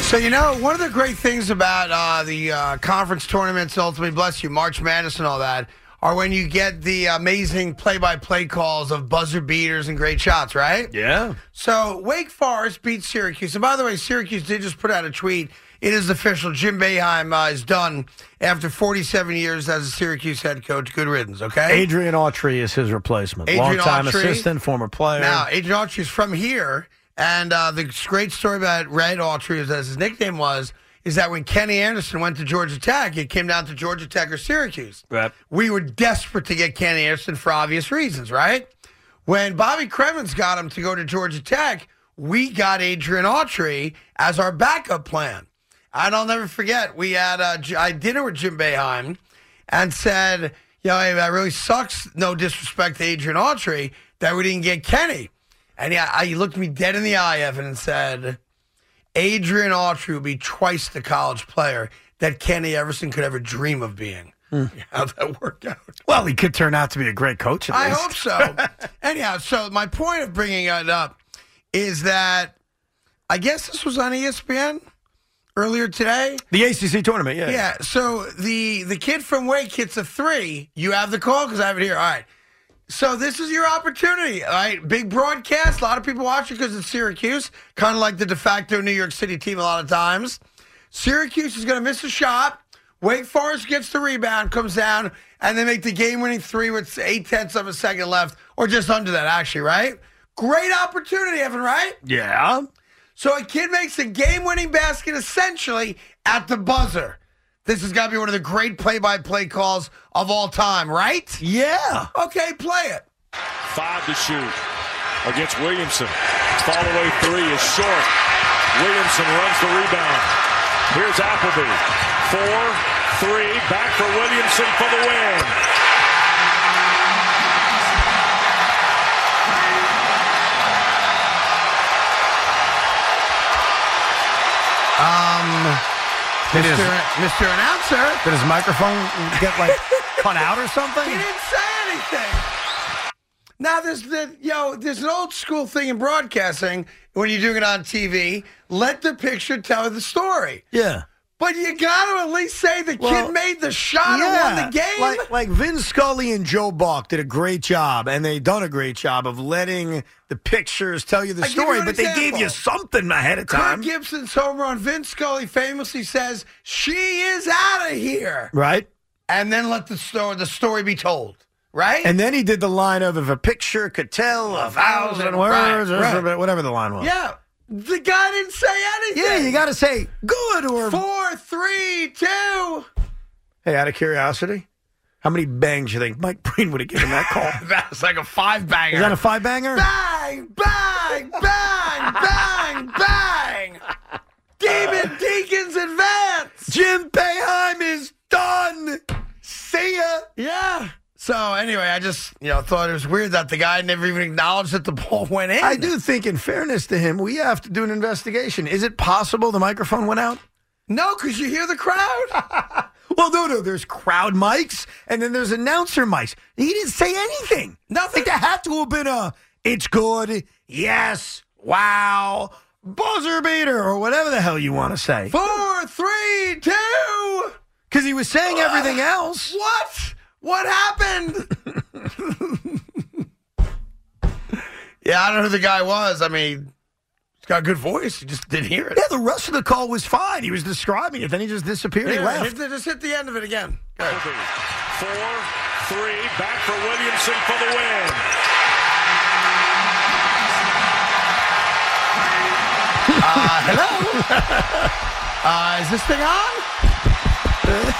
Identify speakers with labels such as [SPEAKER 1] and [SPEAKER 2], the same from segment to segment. [SPEAKER 1] So you know, one of the great things about uh, the uh, conference tournaments, ultimately, bless you, March Madness and all that, are when you get the amazing play-by-play calls of buzzer beaters and great shots, right?
[SPEAKER 2] Yeah.
[SPEAKER 1] So Wake Forest beat Syracuse, and by the way, Syracuse did just put out a tweet. It is official. Jim Boeheim uh, is done after 47 years as a Syracuse head coach. Good riddance, okay?
[SPEAKER 2] Adrian Autry is his replacement.
[SPEAKER 1] Adrian
[SPEAKER 2] Longtime
[SPEAKER 1] Autry.
[SPEAKER 2] assistant, former player.
[SPEAKER 1] Now, Adrian Autry is from here, and uh, the great story about Red Autry is that his nickname was is that when Kenny Anderson went to Georgia Tech, it came down to Georgia Tech or Syracuse.
[SPEAKER 2] Right.
[SPEAKER 1] We were desperate to get Kenny Anderson for obvious reasons, right? When Bobby Kremens got him to go to Georgia Tech, we got Adrian Autry as our backup plan. And I'll never forget, we had uh, J- I had dinner with Jim Boeheim and said, you know, hey, that really sucks, no disrespect to Adrian Autry, that we didn't get Kenny. And he, I, he looked me dead in the eye, Evan, and said, Adrian Autry would be twice the college player that Kenny Everson could ever dream of being. How'd that work out?
[SPEAKER 2] well, he could turn out to be a great coach. At
[SPEAKER 1] I
[SPEAKER 2] least.
[SPEAKER 1] hope so. Anyhow, so my point of bringing it up is that I guess this was on E ESPN earlier today.
[SPEAKER 2] The ACC tournament, yeah.
[SPEAKER 1] Yeah. So the the kid from Wake hits a three. You have the call because I have it here. All right. So this is your opportunity. All right. Big broadcast. A lot of people watch it because it's Syracuse, kind of like the de facto New York City team a lot of times. Syracuse is going to miss a shot. Wake Forest gets the rebound, comes down, and they make the game winning three with eight tenths of a second left, or just under that, actually, right? Great opportunity, Evan, right?
[SPEAKER 2] Yeah.
[SPEAKER 1] So a kid makes a game winning basket essentially at the buzzer. This has got to be one of the great play by play calls of all time, right?
[SPEAKER 2] Yeah.
[SPEAKER 1] Okay, play it.
[SPEAKER 3] Five to shoot against Williamson. Fall away three is short. Williamson runs the rebound. Here's Appleby. Four, three, back for Williamson for the win.
[SPEAKER 2] Um, Did his,
[SPEAKER 1] Mr. Mr. Announcer,
[SPEAKER 2] did his microphone get like cut out or something?
[SPEAKER 1] he didn't say anything. Now, there's, the, you know, there's an old school thing in broadcasting when you're doing it on TV let the picture tell the story.
[SPEAKER 2] Yeah.
[SPEAKER 1] But you got to at least say the
[SPEAKER 2] Well,
[SPEAKER 1] kid made the shot and won the game.
[SPEAKER 2] Like, like Vin Scully and Joe Buck did a great job, and they done a great job of letting the pictures tell you the
[SPEAKER 1] I'll give you
[SPEAKER 2] story,
[SPEAKER 1] an
[SPEAKER 2] but they gave
[SPEAKER 1] example.
[SPEAKER 2] you something ahead of
[SPEAKER 1] Kirk
[SPEAKER 2] time.
[SPEAKER 1] Gibson's home run, Vince Scully famously says, She is out of here.
[SPEAKER 2] right?
[SPEAKER 1] And then let the story, the story be told, right?
[SPEAKER 2] And then he did the line of if a picture could tell a thousand
[SPEAKER 1] Right,
[SPEAKER 2] words, or
[SPEAKER 1] right.
[SPEAKER 2] something, whatever the line was.
[SPEAKER 1] yeah, the guy didn't say anything.
[SPEAKER 2] Yeah, you got to say good or.
[SPEAKER 1] Four, three, two.
[SPEAKER 2] hey, out of curiosity, how many bangs you think Mike Breen would have given that call?
[SPEAKER 1] That's like a five banger.
[SPEAKER 2] Is that a five banger?
[SPEAKER 1] bang, bang, bang, bang, bang. David Deacons advance.
[SPEAKER 2] Jim Beheim is done. See ya.
[SPEAKER 1] Yeah. So anyway, I just you know thought it was weird that the guy never even acknowledged that the ball went in.
[SPEAKER 2] I do think, in fairness to him, we have to do an investigation. Is it possible the microphone went out?
[SPEAKER 1] No, because you hear the crowd.
[SPEAKER 2] Well, no, no. There's crowd mics, and then there's announcer mics. He didn't say anything.
[SPEAKER 1] Nothing.
[SPEAKER 2] Like, there had to have been a "It's good," "Yes," "Wow," buzzer beater, or whatever the hell you want to say.
[SPEAKER 1] Four, three, two.
[SPEAKER 2] Because he was saying everything else.
[SPEAKER 1] What? What happened? yeah, I don't know who the guy was. I mean, got a good voice. You just didn't hear it.
[SPEAKER 2] Yeah, the rest of the call was fine. He was describing it, then he just disappeared. he
[SPEAKER 1] Yeah,
[SPEAKER 2] left.
[SPEAKER 1] hit the- just hit the end of it again. Good.
[SPEAKER 3] Appleby. Four, three, back for Williamson for the win.
[SPEAKER 1] Hello? uh, is this thing on?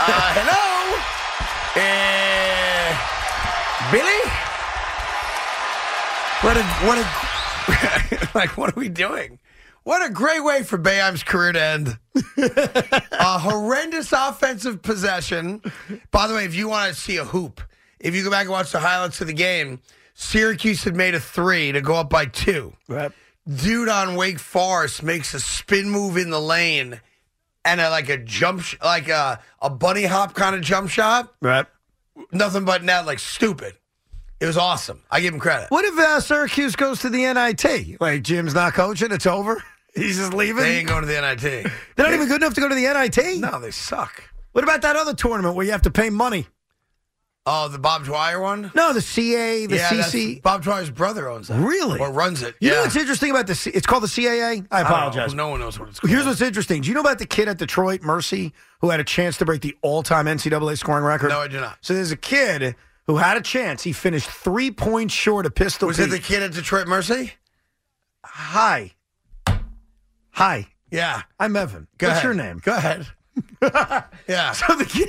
[SPEAKER 1] Uh, hello? Uh, Billy? What a, what a, like, what are we doing? What a great way for Bayheim's career to end. a horrendous offensive possession. By the way, if you want to see a hoop, if you go back and watch the highlights of the game, Syracuse had made a three to go up by two
[SPEAKER 2] Right.
[SPEAKER 1] dude on Wake Forest makes a spin move in the lane and a, like a jump, sh- like a, a bunny hop kind of jump shot.
[SPEAKER 2] Right.
[SPEAKER 1] Nothing but net, like stupid. It was awesome. I give him credit.
[SPEAKER 2] What if uh, Syracuse goes to the NIT? Like Jim's not coaching, it's over. He's just leaving.
[SPEAKER 1] They ain't going to the NIT.
[SPEAKER 2] They're not even good enough to go to the NIT.
[SPEAKER 1] no, they suck.
[SPEAKER 2] What about that other tournament where you have to pay money?
[SPEAKER 1] Oh, the Bob Dwyer one?
[SPEAKER 2] No, the CA, the
[SPEAKER 1] yeah, that's-
[SPEAKER 2] CC.
[SPEAKER 1] Bob Dwyer's brother owns that.
[SPEAKER 2] Really?
[SPEAKER 1] Or runs it.
[SPEAKER 2] You
[SPEAKER 1] yeah.
[SPEAKER 2] know what's interesting about the C- it's called the CAA. I
[SPEAKER 1] I don't know.
[SPEAKER 2] apologize.
[SPEAKER 1] No one knows what it's called.
[SPEAKER 2] Here's what's interesting. Do you know about the kid at Detroit, Mercy, who had a chance to break the all-time NCAA scoring record?
[SPEAKER 1] No, I do not.
[SPEAKER 2] So there's a kid who had a chance. He finished three points short of Pistol
[SPEAKER 1] Was
[SPEAKER 2] Pete.
[SPEAKER 1] it the kid at Detroit Mercy?
[SPEAKER 2] Hi, hi.
[SPEAKER 1] Yeah.
[SPEAKER 2] I'm Evan.
[SPEAKER 1] Go
[SPEAKER 2] What's
[SPEAKER 1] ahead.
[SPEAKER 2] your name?
[SPEAKER 1] Go ahead. yeah.
[SPEAKER 2] So the kid.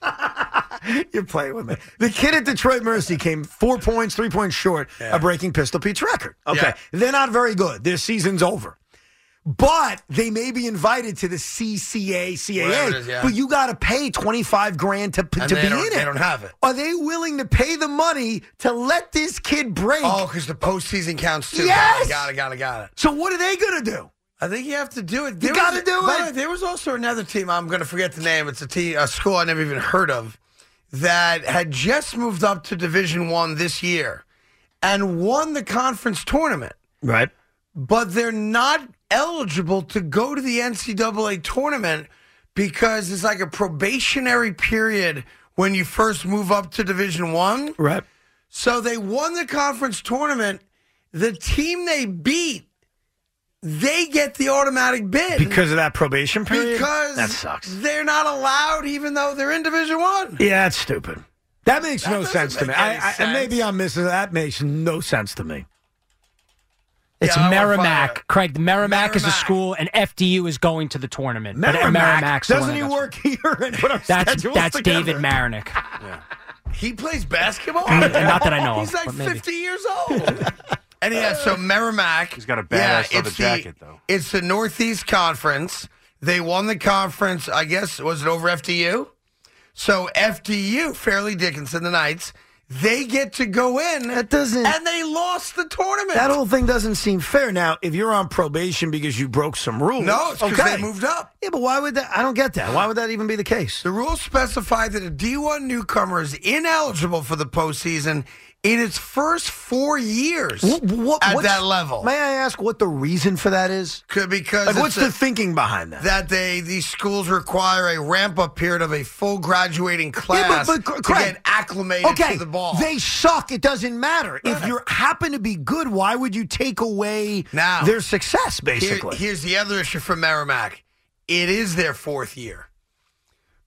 [SPEAKER 2] You're playing with me. The kid at Detroit Mercy came four points, three points short of breaking Pistol Pete's record. Okay.
[SPEAKER 1] Yeah.
[SPEAKER 2] They're not very good. Their season's over. But they may be invited to the CCA,
[SPEAKER 1] Whatever
[SPEAKER 2] CAA.
[SPEAKER 1] it is, yeah.
[SPEAKER 2] But you got to pay 25 grand to, p-
[SPEAKER 1] And
[SPEAKER 2] to
[SPEAKER 1] they
[SPEAKER 2] be
[SPEAKER 1] don't-
[SPEAKER 2] in it.
[SPEAKER 1] they don't have it.
[SPEAKER 2] Are they willing to pay the money to let this kid break?
[SPEAKER 1] Oh, because the postseason counts too.
[SPEAKER 2] Yes!
[SPEAKER 1] Got it, got it, got it.
[SPEAKER 2] So what are they going to do?
[SPEAKER 1] I think you have to do it.
[SPEAKER 2] gotta
[SPEAKER 1] was-
[SPEAKER 2] do
[SPEAKER 1] by
[SPEAKER 2] it.
[SPEAKER 1] the way, There was also another team. I'm going to forget the name. It's a, te- a school I never even heard of that had just moved up to Division One this year and won the conference tournament,
[SPEAKER 2] Right.
[SPEAKER 1] but they're not eligible to go to the NCAA tournament because it's like a probationary period when you first move up to Division One.
[SPEAKER 2] Right.
[SPEAKER 1] So they won the conference tournament. The team they beat, they get the automatic bid
[SPEAKER 2] Because of that probation period?
[SPEAKER 1] because
[SPEAKER 2] that sucks.
[SPEAKER 1] They're not allowed, even though they're in Division One.
[SPEAKER 2] Yeah, that's stupid. That makes
[SPEAKER 1] That
[SPEAKER 2] no
[SPEAKER 1] doesn't
[SPEAKER 2] sense to me.
[SPEAKER 1] make any
[SPEAKER 2] I, I, and
[SPEAKER 1] sense.
[SPEAKER 2] maybe I'm missing. That makes no sense to me.
[SPEAKER 4] It's
[SPEAKER 1] Yeah, I wanna find
[SPEAKER 4] Merrimack.
[SPEAKER 1] out.
[SPEAKER 4] Craig, Merrimack, is a
[SPEAKER 1] Merrimack.
[SPEAKER 4] school, and FDU is going to the tournament. But Merrimack's the one
[SPEAKER 2] doesn't
[SPEAKER 4] that
[SPEAKER 2] he
[SPEAKER 4] got-
[SPEAKER 2] work here and put our
[SPEAKER 4] That's,
[SPEAKER 2] schedules
[SPEAKER 4] that's
[SPEAKER 2] together?
[SPEAKER 4] David Marinick.
[SPEAKER 1] He plays basketball.
[SPEAKER 4] Mm, not that I know of,
[SPEAKER 1] He's like
[SPEAKER 4] but maybe.
[SPEAKER 1] 50 years old. and yeah, so Merrimack. He's
[SPEAKER 5] got a badass leather
[SPEAKER 1] it's
[SPEAKER 5] jacket,
[SPEAKER 1] the,
[SPEAKER 5] though.
[SPEAKER 1] It's the Northeast Conference. They won the conference. I guess was it over FDU? So FDU, Fairleigh Dickinson, the Knights, they get to go in.
[SPEAKER 2] That doesn't-
[SPEAKER 1] And they lost the tournament.
[SPEAKER 2] That whole thing doesn't seem fair. Now, if you're on probation because you broke some rules,
[SPEAKER 1] no, it's because
[SPEAKER 2] okay.
[SPEAKER 1] they moved up.
[SPEAKER 2] Yeah, but why would that? I don't get that. Why would that even be the case?
[SPEAKER 1] The rules specify that a D1 newcomer is ineligible for the postseason in its first four years
[SPEAKER 2] Wh- what-
[SPEAKER 1] at
[SPEAKER 2] what's-
[SPEAKER 1] that level.
[SPEAKER 2] May I ask what the reason for that is?
[SPEAKER 1] Could- Because
[SPEAKER 2] Like,
[SPEAKER 1] it's
[SPEAKER 2] what's
[SPEAKER 1] a-
[SPEAKER 2] the thinking behind that?
[SPEAKER 1] that they these schools require a ramp up period of a full graduating
[SPEAKER 2] Yeah, but-
[SPEAKER 1] class
[SPEAKER 2] but, Craig-
[SPEAKER 1] to get acclimated
[SPEAKER 2] okay,
[SPEAKER 1] to the ball.
[SPEAKER 2] They suck. It doesn't matter. If you happen to be good, why would you take away
[SPEAKER 1] Now-
[SPEAKER 2] their success,
[SPEAKER 1] Here-
[SPEAKER 2] basically?
[SPEAKER 1] here's the other issue for Merrimack. It is their fourth year.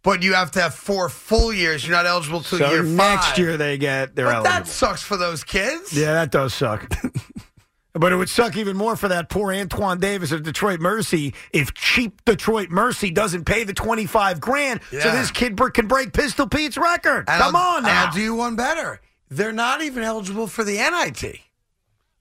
[SPEAKER 1] But you have to have four full years. You're not eligible till
[SPEAKER 2] so
[SPEAKER 1] year
[SPEAKER 2] next
[SPEAKER 1] five.
[SPEAKER 2] year they get their
[SPEAKER 1] but
[SPEAKER 2] eligible.
[SPEAKER 1] that sucks for those kids.
[SPEAKER 2] Yeah, that does suck. but it would suck even more for that poor Antoine Davis of Detroit Mercy if cheap Detroit Mercy doesn't pay the 25 grand so
[SPEAKER 1] Yeah.
[SPEAKER 2] this kid br- can break Pistol Pete's record.
[SPEAKER 1] And
[SPEAKER 2] Come
[SPEAKER 1] I'll-
[SPEAKER 2] on
[SPEAKER 1] and
[SPEAKER 2] now.
[SPEAKER 1] I'll do you one better. They're not even eligible for the NIT.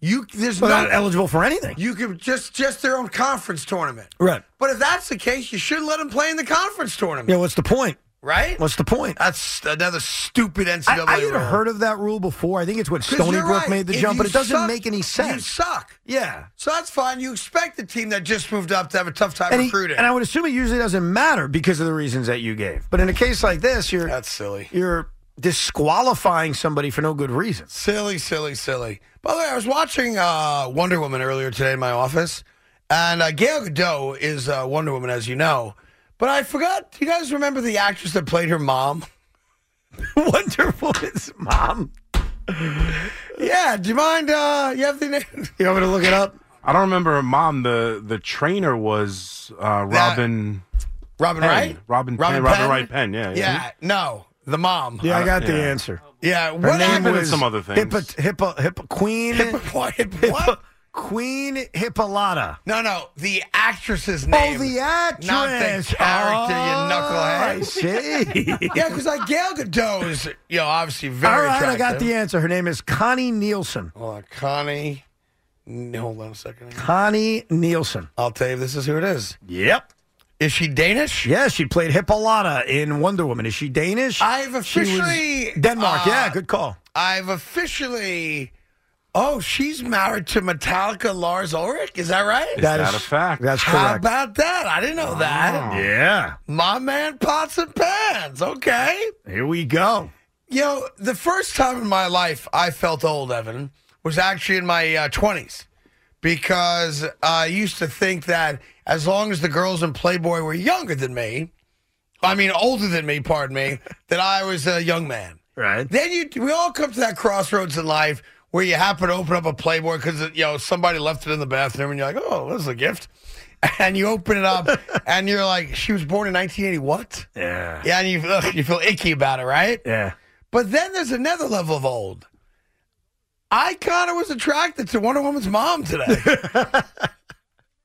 [SPEAKER 1] You there's
[SPEAKER 2] They're not
[SPEAKER 1] no
[SPEAKER 2] eligible for anything.
[SPEAKER 1] you could just just their own conference tournament.
[SPEAKER 2] right.
[SPEAKER 1] But if that's the case, you shouldn't let them play in the conference tournament,
[SPEAKER 2] Yeah, what's the point?
[SPEAKER 1] right?
[SPEAKER 2] What's the point?
[SPEAKER 1] that's another stupid
[SPEAKER 2] I,
[SPEAKER 1] NCAA
[SPEAKER 2] I had
[SPEAKER 1] rule.
[SPEAKER 2] heard of that rule before. I think it's when
[SPEAKER 1] 'Cause
[SPEAKER 2] Stony
[SPEAKER 1] you're
[SPEAKER 2] Brook
[SPEAKER 1] right.
[SPEAKER 2] made the
[SPEAKER 1] If
[SPEAKER 2] jump, but
[SPEAKER 1] you
[SPEAKER 2] it doesn't
[SPEAKER 1] suck,
[SPEAKER 2] make any
[SPEAKER 1] You
[SPEAKER 2] sense.
[SPEAKER 1] suck.
[SPEAKER 2] Yeah.
[SPEAKER 1] So that's fine. You expect the team that just moved up to have a tough time
[SPEAKER 2] And, he-
[SPEAKER 1] recruiting.
[SPEAKER 2] and I would assume it usually doesn't matter because of the reasons that you gave. But in a case like this, you're
[SPEAKER 1] that's silly.
[SPEAKER 2] you're disqualifying somebody for no good reason.
[SPEAKER 1] Silly, silly, silly. By the way, I was watching uh, Wonder Woman earlier today in my office, and uh, Gail Godot is uh, Wonder Woman, as you know. But I forgot. Do you guys remember the actress that played her mom?
[SPEAKER 2] Wonderful is mom.
[SPEAKER 1] Yeah. Do you mind? Uh, you have the name?
[SPEAKER 2] You want me to look it up?
[SPEAKER 5] I don't remember her mom. The the trainer was uh,
[SPEAKER 1] That-
[SPEAKER 5] Robin.
[SPEAKER 1] Robin
[SPEAKER 5] Penn.
[SPEAKER 1] Wright?
[SPEAKER 5] Robin Penn, Robin Wright Penn, yeah,
[SPEAKER 1] Yeah,
[SPEAKER 5] yeah.
[SPEAKER 1] no, the mom. Uh,
[SPEAKER 2] Yeah, I got the
[SPEAKER 5] yeah.
[SPEAKER 2] answer.
[SPEAKER 1] Yeah,
[SPEAKER 2] Her
[SPEAKER 1] what
[SPEAKER 2] name
[SPEAKER 1] happened?
[SPEAKER 5] and
[SPEAKER 2] was
[SPEAKER 5] some other things.
[SPEAKER 2] Hippo, Hippo, Hippo, Queen,
[SPEAKER 1] What?
[SPEAKER 2] Hippo-
[SPEAKER 1] what?
[SPEAKER 2] Queen Hippolyta.
[SPEAKER 1] No, no, the actress's name.
[SPEAKER 2] Oh, the actress.
[SPEAKER 1] Not the character,
[SPEAKER 2] I
[SPEAKER 1] you knucklehead.
[SPEAKER 2] Oh, see.
[SPEAKER 1] Yeah, because like Gal Gadot's, you know, obviously very
[SPEAKER 2] All right, I
[SPEAKER 1] attractive.
[SPEAKER 2] got the answer. Her name is Connie Nielsen.
[SPEAKER 1] Hold on, Connie. n- Hold on a second.
[SPEAKER 2] Connie Nielsen.
[SPEAKER 1] I'll tell you if this is who it is.
[SPEAKER 2] Yep.
[SPEAKER 1] Is she Danish?
[SPEAKER 2] Yeah, she played Hippolyta in Wonder Woman. Is she Danish?
[SPEAKER 1] I've
[SPEAKER 2] She was
[SPEAKER 1] officially
[SPEAKER 2] Denmark.
[SPEAKER 1] uh,
[SPEAKER 2] yeah, good call.
[SPEAKER 1] I've officially. Oh, she's married to Metallica Lars Ulrich. Is that right?
[SPEAKER 5] Is
[SPEAKER 2] that is-
[SPEAKER 5] that, a fact?
[SPEAKER 2] That's
[SPEAKER 1] How
[SPEAKER 2] correct. Oh.
[SPEAKER 1] about that? I didn't know that.
[SPEAKER 2] yeah.
[SPEAKER 1] My man, pots and pans. Okay.
[SPEAKER 2] Here we go.
[SPEAKER 1] You know, the first time in my life I felt old, Evan, was actually in my uh, 20s because I used to think that as long as the girls in Playboy were younger than me, I mean, older than me, pardon me, that I was a young man.
[SPEAKER 2] Right.
[SPEAKER 1] Then you, we all come to that crossroads in life where you happen to open up a Playboy because you know somebody left it in the bathroom, and you're like, "Oh, this is a gift," and you open it up, and you're like, "She was born in 1980, what?"
[SPEAKER 2] Yeah.
[SPEAKER 1] Yeah, and you ugh, you feel icky about it, right?
[SPEAKER 2] Yeah.
[SPEAKER 1] But then there's another level of old. I kind of was attracted to Wonder Woman's mom today.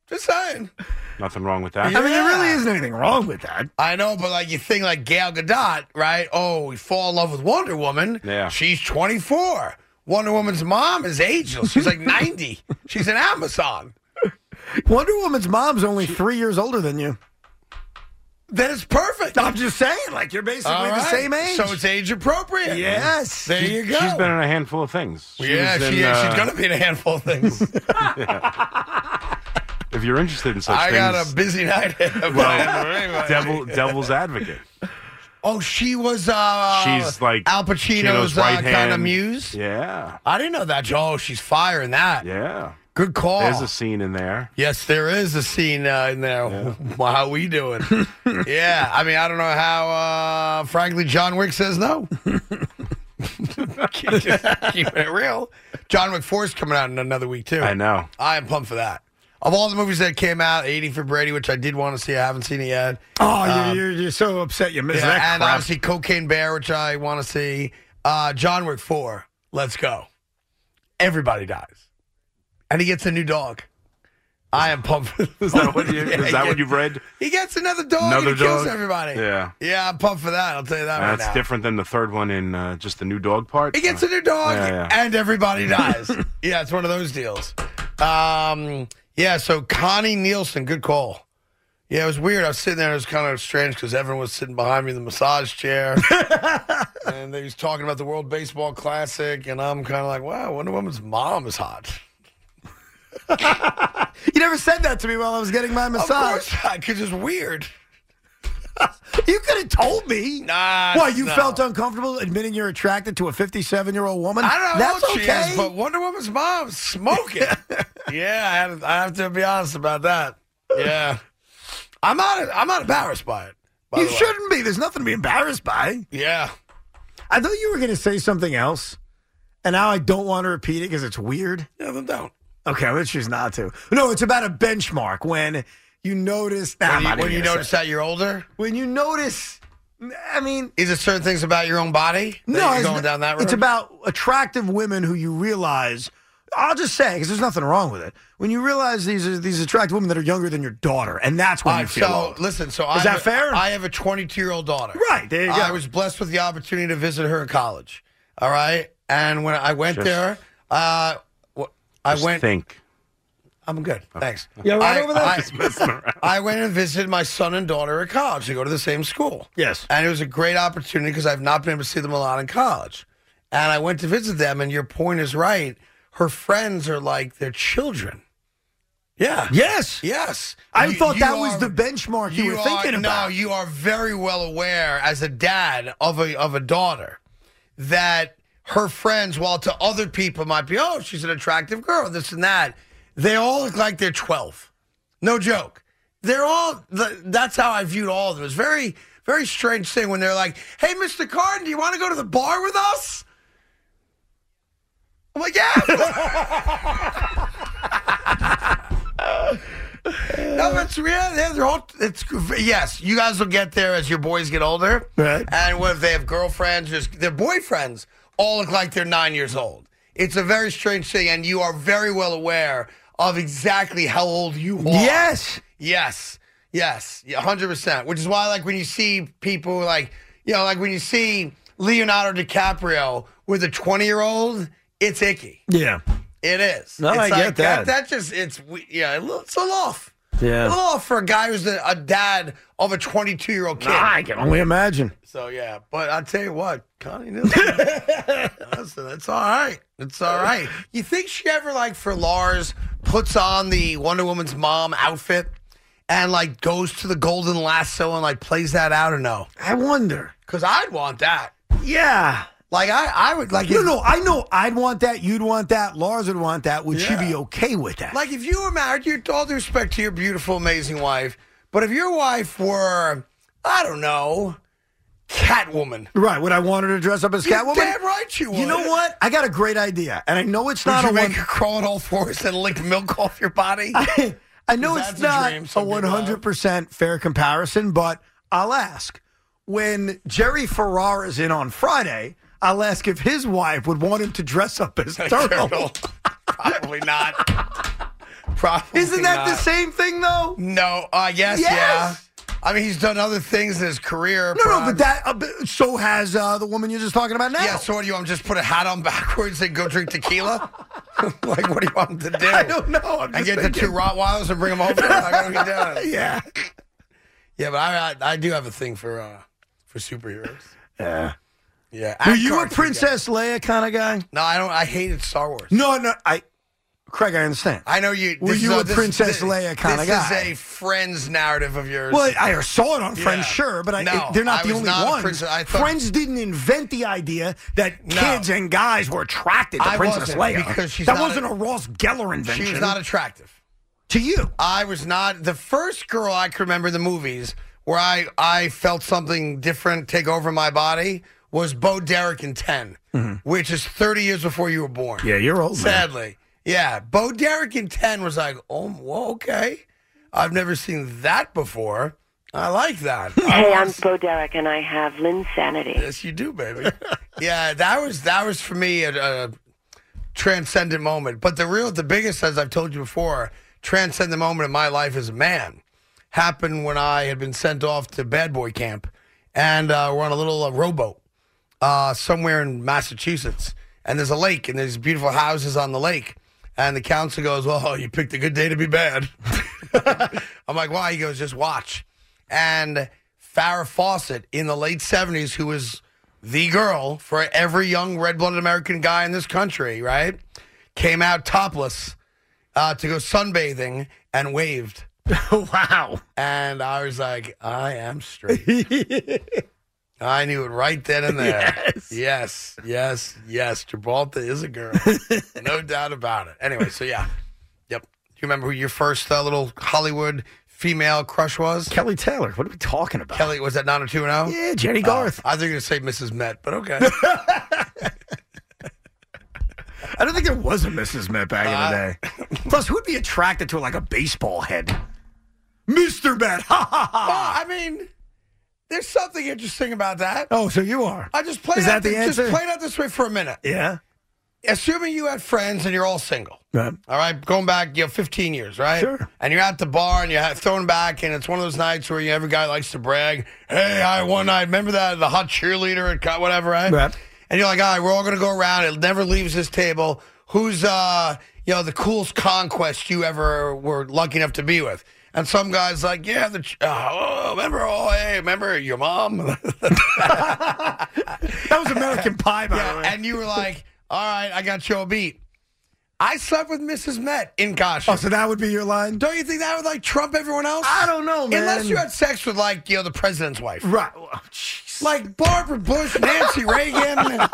[SPEAKER 1] Just saying.
[SPEAKER 5] Nothing wrong with that.
[SPEAKER 2] I mean, there really
[SPEAKER 1] Yeah.
[SPEAKER 2] isn't anything wrong with that.
[SPEAKER 1] I know, but like you think like Gal Gadot, right? Oh, we fall in love with Wonder Woman.
[SPEAKER 5] Yeah.
[SPEAKER 1] She's 24. Wonder Woman's mom is ageless. She's like 90. She's an Amazon.
[SPEAKER 2] Wonder Woman's mom's only three years older than you.
[SPEAKER 1] That is perfect.
[SPEAKER 2] I'm just saying, like you're basically
[SPEAKER 1] All
[SPEAKER 2] the
[SPEAKER 1] right.
[SPEAKER 2] same age.
[SPEAKER 1] So it's age appropriate.
[SPEAKER 2] yes.
[SPEAKER 1] There you go.
[SPEAKER 5] She's been in a handful of things. She
[SPEAKER 1] yeah,
[SPEAKER 5] was in,
[SPEAKER 1] she,
[SPEAKER 5] uh,
[SPEAKER 1] she's going to be in a handful of things.
[SPEAKER 5] If you're interested in such
[SPEAKER 1] I
[SPEAKER 5] things,
[SPEAKER 1] got a busy night.
[SPEAKER 5] well, devil, devil's advocate.
[SPEAKER 1] Oh, she was. uh
[SPEAKER 5] She's like
[SPEAKER 1] Al Pacino's,
[SPEAKER 5] Pacino's right
[SPEAKER 1] uh, kind of
[SPEAKER 5] hand.
[SPEAKER 1] muse.
[SPEAKER 5] Yeah,
[SPEAKER 1] I didn't know that. Oh, she's firing that.
[SPEAKER 5] yeah.
[SPEAKER 1] Good call.
[SPEAKER 5] There's a scene in there.
[SPEAKER 1] Yes, there is a scene uh, in there. Wow, How we doing? yeah, I mean, I don't know how. Uh, frankly, John Wick says no. Keep- just Keeping it real. John Wick Four is coming out in another week too.
[SPEAKER 5] I know.
[SPEAKER 1] I am pumped for that. Of all the movies that came out, 80 for Brady, which I did want to see, I haven't seen it yet.
[SPEAKER 2] Oh, you're, you're, you're so upset you missed
[SPEAKER 1] Um, Yeah,
[SPEAKER 2] that
[SPEAKER 1] and
[SPEAKER 2] crap.
[SPEAKER 1] obviously Cocaine Bear, which I want to see. Uh, John Wick 4, let's go. Everybody dies. And he gets a new dog. I am pumped. for
[SPEAKER 5] Is that what you?
[SPEAKER 1] Yeah, he
[SPEAKER 5] is that what
[SPEAKER 1] gets-
[SPEAKER 5] you've read?
[SPEAKER 1] He gets another dog
[SPEAKER 5] Another
[SPEAKER 1] and he kills
[SPEAKER 5] dog?
[SPEAKER 1] everybody.
[SPEAKER 5] Yeah.
[SPEAKER 1] Yeah, I'm pumped for that. I'll tell you that right
[SPEAKER 5] That's
[SPEAKER 1] now.
[SPEAKER 5] Uh, different than the third one in uh, just the new dog part. Uh,
[SPEAKER 1] He gets a new dog
[SPEAKER 5] Yeah, yeah.
[SPEAKER 1] and everybody dies. yeah, it's one of those deals. Um, yeah, so Connie Nielsen, good call. Yeah, it was weird. I was sitting there. It was kind of strange because everyone was sitting behind me in the massage chair, and they was talking about the World Baseball Classic, and I'm kind of like, "Wow, Wonder Woman's mom is hot."
[SPEAKER 2] you never said that to me while I was getting my
[SPEAKER 1] Of
[SPEAKER 2] massage.
[SPEAKER 1] course, because it's weird.
[SPEAKER 2] You could have told me.
[SPEAKER 1] Nah,
[SPEAKER 2] Why you
[SPEAKER 1] no.
[SPEAKER 2] felt uncomfortable admitting you're attracted to a 57 year old woman?
[SPEAKER 1] I don't know
[SPEAKER 2] That's
[SPEAKER 1] what she
[SPEAKER 2] okay.
[SPEAKER 1] is, but Wonder Woman's mom's smoking. yeah, I, had, I have to be honest about that. Yeah, I'm not. I'm not embarrassed by it. by
[SPEAKER 2] you
[SPEAKER 1] the way.
[SPEAKER 2] shouldn't be. There's nothing to be embarrassed by.
[SPEAKER 1] Yeah.
[SPEAKER 2] I thought you were going to say something else, and now I don't want to repeat it because it's weird.
[SPEAKER 1] Yeah, then don't.
[SPEAKER 2] Okay, let's choose not to. No, it's about a benchmark when you notice that.
[SPEAKER 1] When you, when you notice that you're older,
[SPEAKER 2] when you notice, I mean,
[SPEAKER 1] is it certain things about your own body? that
[SPEAKER 2] No,
[SPEAKER 1] you're
[SPEAKER 2] it's
[SPEAKER 1] going
[SPEAKER 2] not-
[SPEAKER 1] down that road.
[SPEAKER 2] It's about attractive women who you realize. I'll just say because there's nothing wrong with it. When you realize these are these attractive women that are younger than your daughter, and that's when
[SPEAKER 1] All
[SPEAKER 2] you
[SPEAKER 1] right,
[SPEAKER 2] feel.
[SPEAKER 1] so
[SPEAKER 2] old.
[SPEAKER 1] listen. So
[SPEAKER 2] Is
[SPEAKER 1] I
[SPEAKER 2] that
[SPEAKER 1] have a-
[SPEAKER 2] fair?
[SPEAKER 1] I have a 22 year old daughter.
[SPEAKER 2] Right, there you go.
[SPEAKER 1] I was blessed with the opportunity to visit her in college. All right, and when I went there, uh, wh- I
[SPEAKER 5] Just
[SPEAKER 1] went.
[SPEAKER 5] think.
[SPEAKER 1] I'm good. Thanks.
[SPEAKER 2] Yeah, right
[SPEAKER 1] Oh. I,
[SPEAKER 2] over there?
[SPEAKER 1] I-
[SPEAKER 2] Just
[SPEAKER 1] I went and visited my son and daughter at college. They go to the same school.
[SPEAKER 2] Yes.
[SPEAKER 1] And it was a great opportunity because I've not been able to see them a lot in college. And I went to visit them, and your point is right. Her friends are like their children. Yeah.
[SPEAKER 2] yes,
[SPEAKER 1] Yes.
[SPEAKER 2] I
[SPEAKER 1] You-
[SPEAKER 2] thought
[SPEAKER 1] you
[SPEAKER 2] that was
[SPEAKER 1] are-
[SPEAKER 2] the benchmark you, were
[SPEAKER 1] are-
[SPEAKER 2] thinking about.
[SPEAKER 1] No, you are very well aware as a dad of a of a daughter that her friends, while to other people might be, oh, she's an attractive girl, this and that. They all look like they're twelve. No joke. They're all. th- That's how I viewed all of them. It's very very strange thing when they're like, hey, Mister Carden, do you want to go to the bar with us? I'm like, yeah. of course." No, but it's yeah, yeah, they're all. It's yes, you guys will get there as your boys get older.
[SPEAKER 2] Right.
[SPEAKER 1] And what if they have girlfriends? Just their boyfriends all look like they're nine years old. It's a very strange thing, and you are very well aware of exactly how old you are.
[SPEAKER 2] Yes.
[SPEAKER 1] Yes. Yes. Yeah, 100%. Which is why, like, when you see people, like, you know, like when you see Leonardo DiCaprio with a 20 year old, it's icky.
[SPEAKER 2] Yeah.
[SPEAKER 1] It is.
[SPEAKER 2] No,
[SPEAKER 1] it's
[SPEAKER 2] I get that.
[SPEAKER 1] that. That just, it's, we- yeah, a little- it's a little off.
[SPEAKER 2] Yeah.
[SPEAKER 1] A little off for a guy who's a, a dad of a 22 year old kid.
[SPEAKER 2] I can only imagine.
[SPEAKER 1] So, yeah. But I'll tell you what, Connie Nielsen, listen, it's all right. It's all right. You think she ever, like, for Lars, puts on the Wonder Woman's mom outfit? And like goes to the golden lasso and like plays that out or no?
[SPEAKER 2] I wonder.
[SPEAKER 1] Cause I'd want that.
[SPEAKER 2] Yeah.
[SPEAKER 1] Like I, I would like.
[SPEAKER 2] No,
[SPEAKER 1] if-
[SPEAKER 2] no, I know I'd want that. You'd want that. Lars would want that. Would she
[SPEAKER 1] Yeah.
[SPEAKER 2] be okay with that?
[SPEAKER 1] Like if you were married, you all due respect to your beautiful, amazing wife, but if your wife were, I don't know, Catwoman.
[SPEAKER 2] right. Would I want her to dress up as
[SPEAKER 1] You're
[SPEAKER 2] Catwoman?
[SPEAKER 1] damn right you
[SPEAKER 2] You
[SPEAKER 1] would.
[SPEAKER 2] know what? I got a great idea. And I know it's
[SPEAKER 1] Would
[SPEAKER 2] not
[SPEAKER 1] you
[SPEAKER 2] a
[SPEAKER 1] make
[SPEAKER 2] one.
[SPEAKER 1] her crawl on all fours and lick milk off your body?
[SPEAKER 2] I know
[SPEAKER 1] That's
[SPEAKER 2] it's
[SPEAKER 1] a
[SPEAKER 2] not
[SPEAKER 1] dream
[SPEAKER 2] a
[SPEAKER 1] some people have.
[SPEAKER 2] 100% fair comparison, but I'll ask. When Jerry Ferrar is in on Friday, I'll ask if his wife would want him to dress up as Turtle.
[SPEAKER 1] Probably not. Probably
[SPEAKER 2] Isn't that the
[SPEAKER 1] not.
[SPEAKER 2] same thing, though?
[SPEAKER 1] No, I guess
[SPEAKER 2] Yes.
[SPEAKER 1] yeah. I mean, he's done other things in his career.
[SPEAKER 2] No, no, but
[SPEAKER 1] perhaps.
[SPEAKER 2] that uh, but so has uh, the woman you're just talking about now.
[SPEAKER 1] Yeah, so what do you want? him to Just put a hat on backwards and go drink tequila? like, what do you want him to do?
[SPEAKER 2] I don't know. I'm
[SPEAKER 1] I
[SPEAKER 2] just
[SPEAKER 1] get the
[SPEAKER 2] thinking.
[SPEAKER 1] two Rottweilers and bring them over. like, what do we do?
[SPEAKER 2] Yeah.
[SPEAKER 1] Yeah, but I, I I do have a thing for uh for superheroes.
[SPEAKER 2] Yeah.
[SPEAKER 1] Yeah.
[SPEAKER 2] Are
[SPEAKER 1] and
[SPEAKER 2] you a
[SPEAKER 1] cartoon guys.
[SPEAKER 2] Princess Leia kind of guy?
[SPEAKER 1] No, I don't. I hated Star Wars.
[SPEAKER 2] No, no. I, Craig, I understand.
[SPEAKER 1] I know you.
[SPEAKER 2] Were
[SPEAKER 1] this
[SPEAKER 2] you
[SPEAKER 1] is
[SPEAKER 2] a Princess Leia kinda guy?
[SPEAKER 1] This is a Friends narrative of yours.
[SPEAKER 2] Well, I saw it on Friends,
[SPEAKER 1] Yeah.
[SPEAKER 2] sure, but I,
[SPEAKER 1] No,
[SPEAKER 2] it- they're not
[SPEAKER 1] I
[SPEAKER 2] the
[SPEAKER 1] was
[SPEAKER 2] only
[SPEAKER 1] not a
[SPEAKER 2] ones.
[SPEAKER 1] princess. I thought-
[SPEAKER 2] Friends didn't invent the idea that
[SPEAKER 1] No.
[SPEAKER 2] kids and guys were attracted to
[SPEAKER 1] I
[SPEAKER 2] Princess
[SPEAKER 1] wasn't,
[SPEAKER 2] Leia.
[SPEAKER 1] because she's
[SPEAKER 2] that
[SPEAKER 1] not
[SPEAKER 2] wasn't a,
[SPEAKER 1] a-
[SPEAKER 2] Ross Geller invention.
[SPEAKER 1] she was not attractive.
[SPEAKER 2] to you.
[SPEAKER 1] I was not the first girl I could remember in the movies where I I felt something different take over my body was Bo Derek in 10
[SPEAKER 2] Mm-hmm.
[SPEAKER 1] which is thirty years before you were born.
[SPEAKER 2] you're old.
[SPEAKER 1] Sadly. Yeah. Bo Derek in 10 was like, oh, well, okay. I've never seen that before. I like that.
[SPEAKER 6] Hey, I'm Bo Derek, and I have Lynn Sanity.
[SPEAKER 1] yes, you do, baby. yeah, that was that was for me a, a transcendent moment. But the real, the biggest, as I've told you before, transcendent moment in my life as a man happened when I had been sent off to bad boy camp, and uh, we're on a little uh, rowboat uh, somewhere in Massachusetts, and there's a lake, and there's beautiful houses on the lake. And the counselor goes, "Well, you picked a good day to be bad." I'm like, "Why?" He goes, "Just watch." And Farrah Fawcett in the late '70s, who was the girl for every young red-blooded American guy in this country, right, came out topless uh, to go sunbathing and waved.
[SPEAKER 2] wow.
[SPEAKER 1] And I was like, I am straight. I knew it right then and there. Yes, yes, yes. yes. Gibraltar is a girl. no doubt about it. Anyway, so yeah. Yep. Do you remember who your first uh, little Hollywood female crush was?
[SPEAKER 2] Kelly Taylor. What are we talking about?
[SPEAKER 1] Kelly, was that 90210?
[SPEAKER 2] Yeah, Jenny Garth.
[SPEAKER 1] I think you're going to say Mrs. Met, but okay.
[SPEAKER 2] I don't think there was a Mrs. Met back
[SPEAKER 1] Uh,
[SPEAKER 2] in the day. Plus, who'd be attracted to like a baseball head? Mr. Met. Ha ha ha.
[SPEAKER 1] Well, I mean, there's something interesting about that.
[SPEAKER 2] Oh, so you are.
[SPEAKER 1] I just played
[SPEAKER 2] Is
[SPEAKER 1] out
[SPEAKER 2] that the
[SPEAKER 1] just
[SPEAKER 2] answer?
[SPEAKER 1] play it out this way for a minute.
[SPEAKER 2] Yeah.
[SPEAKER 1] Assuming you had friends and you're all single.
[SPEAKER 2] Right.
[SPEAKER 1] All right, going back, you know, 15 years, right?
[SPEAKER 2] Sure.
[SPEAKER 1] And you're at the bar and you're ha- throwing back, and it's one of those nights where you, every guy likes to brag, hey, I one night, remember that, the hot cheerleader at co- whatever, right?
[SPEAKER 2] Right.
[SPEAKER 1] And you're like, all right, we're all going to go around. It never leaves this table. Who's, uh, you know, the coolest conquest you ever were lucky enough to be with? And some guy's like, yeah, the, ch- oh, remember, oh, hey, remember your mom?
[SPEAKER 2] That was American Pie, by the way.
[SPEAKER 1] and you were like, all right, I got your beat. I slept with Mrs. Met in Gosh.
[SPEAKER 2] oh, so that would be your line?
[SPEAKER 1] Don't you think that would like trump everyone else?
[SPEAKER 2] I don't know, man.
[SPEAKER 1] Unless you had sex with like you know the president's wife,
[SPEAKER 2] Right. Oh, jeez.
[SPEAKER 1] like Barbara Bush, Nancy Reagan, and,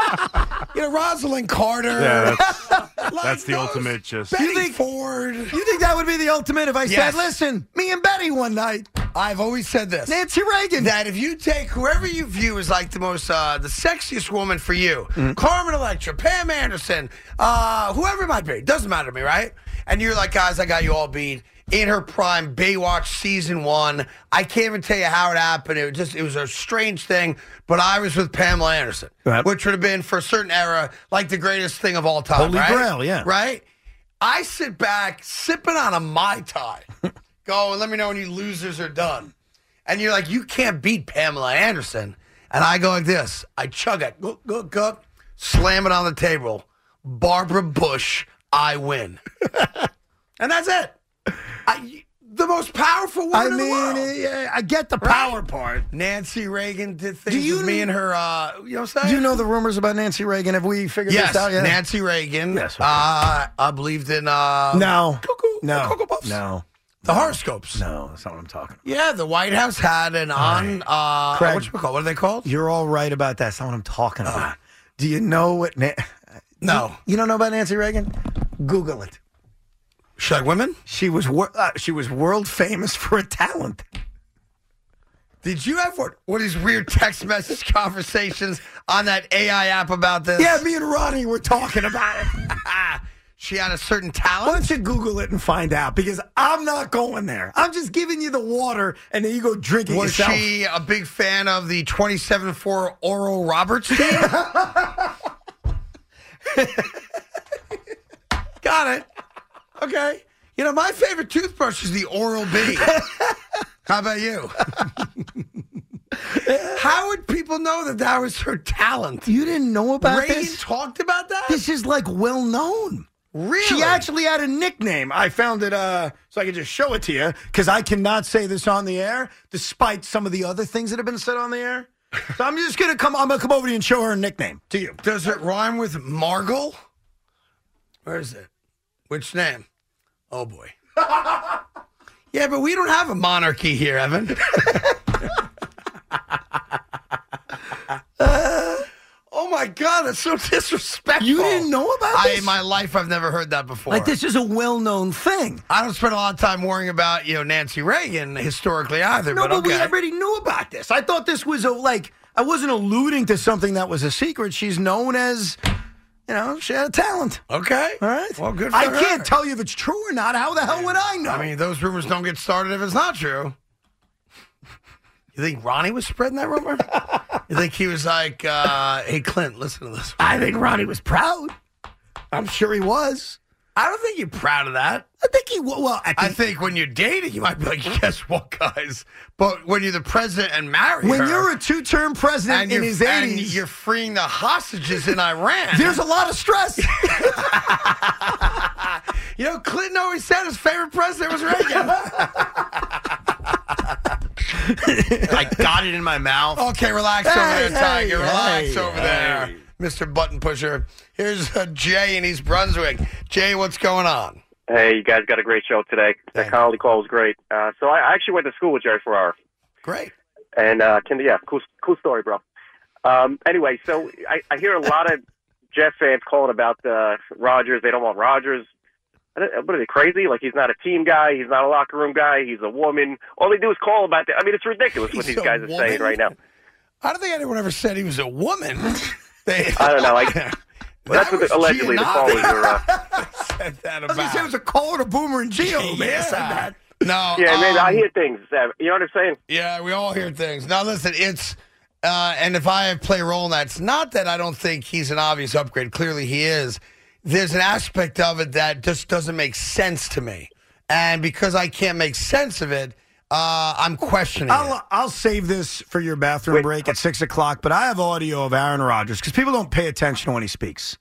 [SPEAKER 1] you know Rosalind Carter.
[SPEAKER 5] Yeah, that's,
[SPEAKER 1] Like
[SPEAKER 5] that's the
[SPEAKER 1] those-
[SPEAKER 5] ultimate. Just
[SPEAKER 1] Betty
[SPEAKER 2] You think-
[SPEAKER 1] Ford.
[SPEAKER 2] You think that would be the ultimate if I
[SPEAKER 1] Yes.
[SPEAKER 2] said, listen, me and Betty one night,
[SPEAKER 1] I've always said this.
[SPEAKER 2] Nancy Reagan.
[SPEAKER 1] that if you take whoever you view as like the most uh, the sexiest woman for you,
[SPEAKER 2] Mm-hmm.
[SPEAKER 1] Carmen Electra, Pam Anderson, uh, whoever it might be, doesn't matter to me, right? And you're like, guys, I got you all beat. In her prime, Baywatch season one. I can't even tell you how it happened. It was just it was a strange thing. But I was with Pamela Anderson,
[SPEAKER 2] Right.
[SPEAKER 1] which would have been for a certain era like the greatest thing of all time.
[SPEAKER 2] Holy
[SPEAKER 1] right?
[SPEAKER 2] Grail, yeah.
[SPEAKER 1] Right? I sit back sipping on a Mai Tai, going, let me know when you losers are done. And you're like, you can't beat Pamela Anderson. And I go like this I chug it, go, go, go, slam it on the table. Barbara Bush, I win. and that's it. I, the most powerful woman
[SPEAKER 2] I
[SPEAKER 1] in the
[SPEAKER 2] mean,
[SPEAKER 1] world.
[SPEAKER 2] eh, I get the
[SPEAKER 1] Right?
[SPEAKER 2] power part.
[SPEAKER 1] Nancy Reagan did things
[SPEAKER 2] you
[SPEAKER 1] with me and her, uh, you know what I'm
[SPEAKER 2] Do
[SPEAKER 1] saying?
[SPEAKER 2] you know the rumors about Nancy Reagan? Have we figured
[SPEAKER 1] Yes,
[SPEAKER 2] this out yet?
[SPEAKER 1] Nancy Reagan.
[SPEAKER 2] Yes, okay.
[SPEAKER 1] uh, I believed in uh,
[SPEAKER 2] no.
[SPEAKER 1] cuckoo,
[SPEAKER 2] no.
[SPEAKER 1] cuckoo puffs.
[SPEAKER 2] No.
[SPEAKER 1] The horoscopes.
[SPEAKER 2] No. That's not what I'm talking about.
[SPEAKER 1] Yeah, the White House had an on. Uh,
[SPEAKER 2] Craig.
[SPEAKER 1] what you call? What are they called?
[SPEAKER 2] You're all right about that. That's not what I'm talking about. Do you know what? Na-
[SPEAKER 1] No,
[SPEAKER 2] you don't know about Nancy Reagan? Google it.
[SPEAKER 1] shag women.
[SPEAKER 2] She was wor- uh, she was world famous for a talent.
[SPEAKER 1] Did you have what? What is weird text message conversations on that AI app about this? Ah,
[SPEAKER 2] Yeah, me and Ronnie were talking about it.
[SPEAKER 1] she had a certain
[SPEAKER 2] Why
[SPEAKER 1] talent.
[SPEAKER 2] don't you Google it and find out? Because I'm not going there. I'm just giving you the water, and then you go drink it
[SPEAKER 1] Was
[SPEAKER 2] yourself.
[SPEAKER 1] she a big fan of the 27-4 Oral Roberts team? Got it. Okay. You know, my favorite toothbrush is the Oral B. How about you? How would people know that that was her talent?
[SPEAKER 2] you didn't know about
[SPEAKER 1] Reagan
[SPEAKER 2] this?
[SPEAKER 1] talked about that?
[SPEAKER 2] This is like well known.
[SPEAKER 1] really?
[SPEAKER 2] She actually had a nickname. I found it uh, so I could just show it to you because I cannot say this on the air, despite some of the other things that have been said on the air. So I'm just gonna come. I'm gonna come over to you and show her a nickname to you.
[SPEAKER 1] Does it rhyme with Margle? Where is it? Which name? Oh boy. yeah, but we don't have a monarchy here, Evan. oh my God, that's so disrespectful.
[SPEAKER 2] You didn't know about
[SPEAKER 1] I,
[SPEAKER 2] this?
[SPEAKER 1] in my life, I've never heard that before.
[SPEAKER 2] Like this is a well known thing.
[SPEAKER 1] I don't spend a lot of time worrying about you know Nancy Reagan historically either.
[SPEAKER 2] No,
[SPEAKER 1] but,
[SPEAKER 2] but
[SPEAKER 1] okay.
[SPEAKER 2] we already knew about this. I thought this was a like. I wasn't alluding to something that was a secret. She's known as, you know, she had a talent.
[SPEAKER 1] okay.
[SPEAKER 2] All right.
[SPEAKER 1] Well, good. For
[SPEAKER 2] I
[SPEAKER 1] her.
[SPEAKER 2] can't tell you if it's true or not. How the hell would I know?
[SPEAKER 1] I mean, those rumors don't get started if it's not true. You think Ronnie was spreading that rumor? you think he was like, uh, hey, Clint, listen to this.
[SPEAKER 2] I think Ronnie was proud. I'm sure he was.
[SPEAKER 1] I don't think you're proud of that.
[SPEAKER 2] I think he wa- well. At the,
[SPEAKER 1] I think when you're dating, you might be like, guess what, guys? But when you're the president and marry
[SPEAKER 2] when
[SPEAKER 1] her
[SPEAKER 2] you're a two-term president
[SPEAKER 1] and
[SPEAKER 2] in
[SPEAKER 1] you're-
[SPEAKER 2] his
[SPEAKER 1] and
[SPEAKER 2] 80s,
[SPEAKER 1] you're freeing the hostages in Iran.
[SPEAKER 2] there's a lot of stress.
[SPEAKER 1] you know, Clinton always said his favorite president was Reagan.
[SPEAKER 7] I got it in my mouth.
[SPEAKER 1] Okay, relax over
[SPEAKER 2] Hey,
[SPEAKER 1] there, Tiger.
[SPEAKER 2] hey,
[SPEAKER 1] relax
[SPEAKER 2] hey,
[SPEAKER 1] over there, Mr. Button Pusher. Here's uh, Jay in East Brunswick. Jay, what's going on?
[SPEAKER 8] Hey, you guys got a great show today. The
[SPEAKER 1] Thank
[SPEAKER 8] comedy call was great. Uh, so I, I actually went to school with Jerry Ferrara,
[SPEAKER 1] Great.
[SPEAKER 8] and uh, can, yeah, cool, cool story, bro. Um, anyway, so I, I hear a lot of Jeff fans calling about uh, Rogers. They don't want Rogers. What are they crazy? Like he's not a team guy. He's not a locker room guy. He's a woman. All they do is call about that. I mean, it's ridiculous what
[SPEAKER 1] He's
[SPEAKER 8] these
[SPEAKER 1] a
[SPEAKER 8] guys are
[SPEAKER 1] woman?
[SPEAKER 8] saying right now.
[SPEAKER 1] I don't think anyone ever said he was a woman. They,
[SPEAKER 8] I don't know. I,
[SPEAKER 1] That
[SPEAKER 8] that's what
[SPEAKER 1] was
[SPEAKER 8] the, allegedly the
[SPEAKER 1] Giannotti.
[SPEAKER 8] callers are. Uh,
[SPEAKER 1] said that
[SPEAKER 2] I was gonna
[SPEAKER 1] about.
[SPEAKER 2] say it was a caller, a boomer, and Geo. Man,
[SPEAKER 1] Yeah.
[SPEAKER 2] said that.
[SPEAKER 1] No.
[SPEAKER 8] yeah, man,
[SPEAKER 1] um,
[SPEAKER 8] I hear things. Uh, you know what I'm saying?
[SPEAKER 1] Yeah, we all hear things. Now, listen, it's. Uh, and if I play a role in that, it's not that I don't think he's an obvious upgrade. Clearly, he is. There's an aspect of it that just doesn't make sense to me. And because I can't make sense of it, uh, I'm questioning it.
[SPEAKER 2] I'll, I'll save this for your bathroom break at six o'clock, but I have audio of Aaron Rodgers because people don't pay attention when he speaks.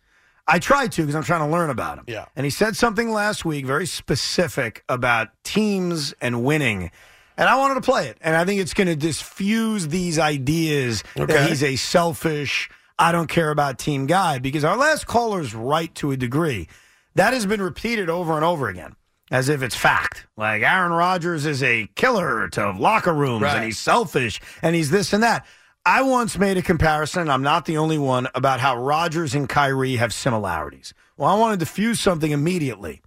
[SPEAKER 2] I try to because I'm trying to learn about him.
[SPEAKER 1] Yeah.
[SPEAKER 2] And he said something last week very specific about teams and winning. And I wanted to play it. And I think it's going to diffuse these ideas
[SPEAKER 1] Okay.
[SPEAKER 2] that he's a selfish, I don't care about team guy because our last caller's right to a degree. That has been repeated over and over again as if it's fact. Like Aaron Rodgers is a killer to locker rooms
[SPEAKER 1] Right.
[SPEAKER 2] and he's selfish and he's this and that. I once made a comparison, and I'm not the only one, about how Rodgers and Kyrie have similarities. Well, I want to diffuse something immediately.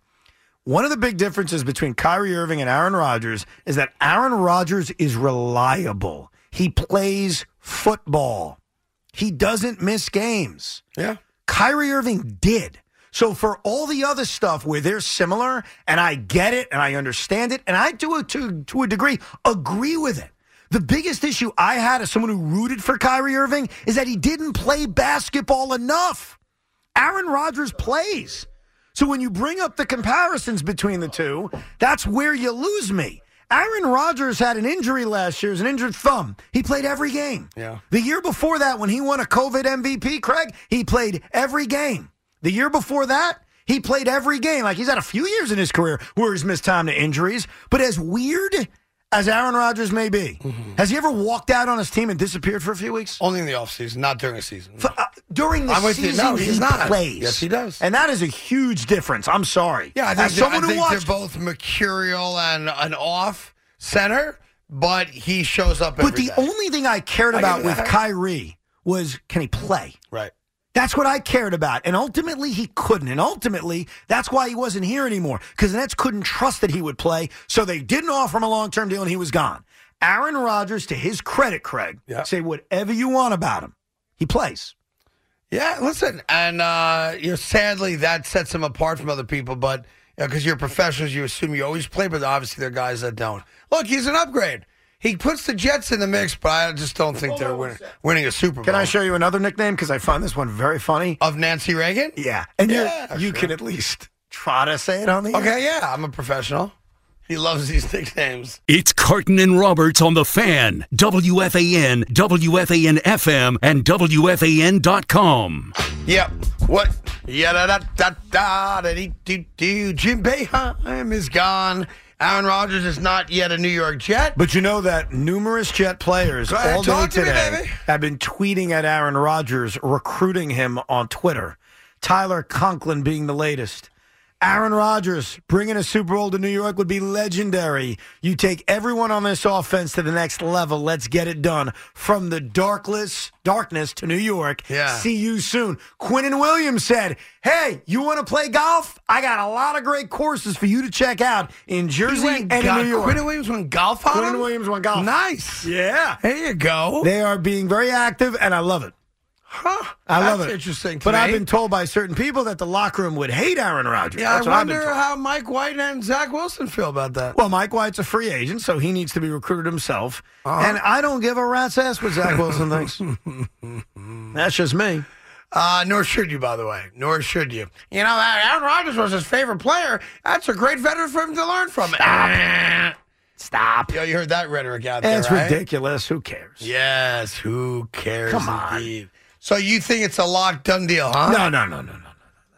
[SPEAKER 2] One of the big differences between Kyrie Irving and Aaron Rodgers is that Aaron Rodgers is reliable. He plays football. He doesn't miss games.
[SPEAKER 1] Yeah.
[SPEAKER 2] Kyrie Irving did. So for all the other stuff where they're similar and I get it and I understand it and I do it to to a degree agree with it. The biggest issue I had as someone who rooted for Kyrie Irving is that he didn't play basketball enough. Aaron Rodgers plays. So when you bring up the comparisons between the two, that's where you lose me. Aaron Rodgers had an injury last year, it was an injured thumb. He played every game.
[SPEAKER 1] Yeah.
[SPEAKER 2] The year before that, when he won a COVID MVP, Craig, he played every game. The year before that, he played every game. Like he's had a few years in his career where he's missed time to injuries. But as weird as Aaron Rodgers may be, has he ever walked out on his team and disappeared for a few weeks?
[SPEAKER 1] Only in the offseason, not during a season.
[SPEAKER 2] For, uh, during the
[SPEAKER 1] I'm with you.
[SPEAKER 2] season,
[SPEAKER 1] No, he's
[SPEAKER 2] he
[SPEAKER 1] not.
[SPEAKER 2] plays.
[SPEAKER 1] Yes, he does.
[SPEAKER 2] And that is a huge difference. I'm sorry.
[SPEAKER 1] Yeah, I think,
[SPEAKER 2] as
[SPEAKER 1] they're-
[SPEAKER 2] someone
[SPEAKER 1] I
[SPEAKER 2] who
[SPEAKER 1] think
[SPEAKER 2] watched,
[SPEAKER 1] they're both mercurial and an off center, but he shows up.
[SPEAKER 2] but
[SPEAKER 1] every
[SPEAKER 2] the
[SPEAKER 1] day.
[SPEAKER 2] only thing I cared
[SPEAKER 1] I
[SPEAKER 2] about
[SPEAKER 1] give it
[SPEAKER 2] with
[SPEAKER 1] that.
[SPEAKER 2] Kyrie was can he play?
[SPEAKER 1] right.
[SPEAKER 2] That's what I cared about. And ultimately, he couldn't. And ultimately, that's why he wasn't here anymore because the Nets couldn't trust that he would play. So they didn't offer him a long term deal and he was gone. Aaron Rodgers, to his credit, Craig,
[SPEAKER 1] Yeah.
[SPEAKER 2] say whatever you want about him. He plays.
[SPEAKER 1] Yeah, listen, and uh, you know, sadly, that sets him apart from other people. But because you are professionals, you assume you always play. But obviously, there are guys that don't. Look, he's an upgrade. He puts the Jets in the mix, but I just don't think they're winning, winning a Super Bowl.
[SPEAKER 2] Can I show you another nickname? Because I find this one very funny.
[SPEAKER 1] of Nancy Reagan?
[SPEAKER 2] Yeah. And you're-
[SPEAKER 1] Yeah,
[SPEAKER 2] you
[SPEAKER 1] sure.
[SPEAKER 2] can at least try to say it on the air.
[SPEAKER 1] Okay, yeah, I'm a professional. He loves these nicknames.
[SPEAKER 9] It's Carton and Roberts on the fan. WFAN, WFAN FM, and WFAN.com.
[SPEAKER 1] Yep. What? Yeah, da da da da da dee doo doo. Jim Beheim is gone. Aaron Rodgers is not yet a New York Jet.
[SPEAKER 2] But you know that numerous Jet players
[SPEAKER 1] Go ahead,
[SPEAKER 2] all day
[SPEAKER 1] talk to me,
[SPEAKER 2] today
[SPEAKER 1] baby.
[SPEAKER 2] have been tweeting at Aaron Rodgers, recruiting him on Twitter. Tyler Conklin being the latest. Aaron Rodgers bringing a Super Bowl to New York would be legendary. You take everyone on this offense to the next level. Let's get it done from the darkless darkness to New York.
[SPEAKER 1] Yeah.
[SPEAKER 2] See you soon. Quinn and Williams said, "Hey, you want to play golf? I got a lot of great courses for you to check out in Jersey and in New York."
[SPEAKER 1] Quinn Williams went golf on
[SPEAKER 2] Quinn
[SPEAKER 1] him?
[SPEAKER 2] Williams won golf.
[SPEAKER 1] Nice.
[SPEAKER 2] Yeah.
[SPEAKER 1] There you go.
[SPEAKER 2] They are being very active, and I love it.
[SPEAKER 1] huh.
[SPEAKER 2] I love
[SPEAKER 1] That's
[SPEAKER 2] it.
[SPEAKER 1] interesting. to
[SPEAKER 2] But I've
[SPEAKER 1] me.
[SPEAKER 2] been told by certain people that the locker room would hate Aaron Rodgers.
[SPEAKER 1] Yeah,
[SPEAKER 2] That's
[SPEAKER 1] I
[SPEAKER 2] what I've been
[SPEAKER 1] wonder
[SPEAKER 2] told.
[SPEAKER 1] how Mike White and Zach Wilson feel about that.
[SPEAKER 2] Well, Mike White's a free agent, so he needs to be recruited himself.
[SPEAKER 1] Uh-huh.
[SPEAKER 2] And I don't give a rat's ass what Zach Wilson thinks. That's just me.
[SPEAKER 1] Uh, nor should you, by the way. Nor should you. You know, Aaron Rodgers was his favorite player. That's a great veteran for him to learn from. Stop.
[SPEAKER 2] Stop.
[SPEAKER 1] Yo, you heard that rhetoric out there,
[SPEAKER 2] It's
[SPEAKER 1] right?
[SPEAKER 2] ridiculous. Who cares?
[SPEAKER 1] Yes, who cares?
[SPEAKER 2] Come on.
[SPEAKER 1] indeed. So you think it's a locked done deal, huh?
[SPEAKER 2] No, no, no, no, no. no.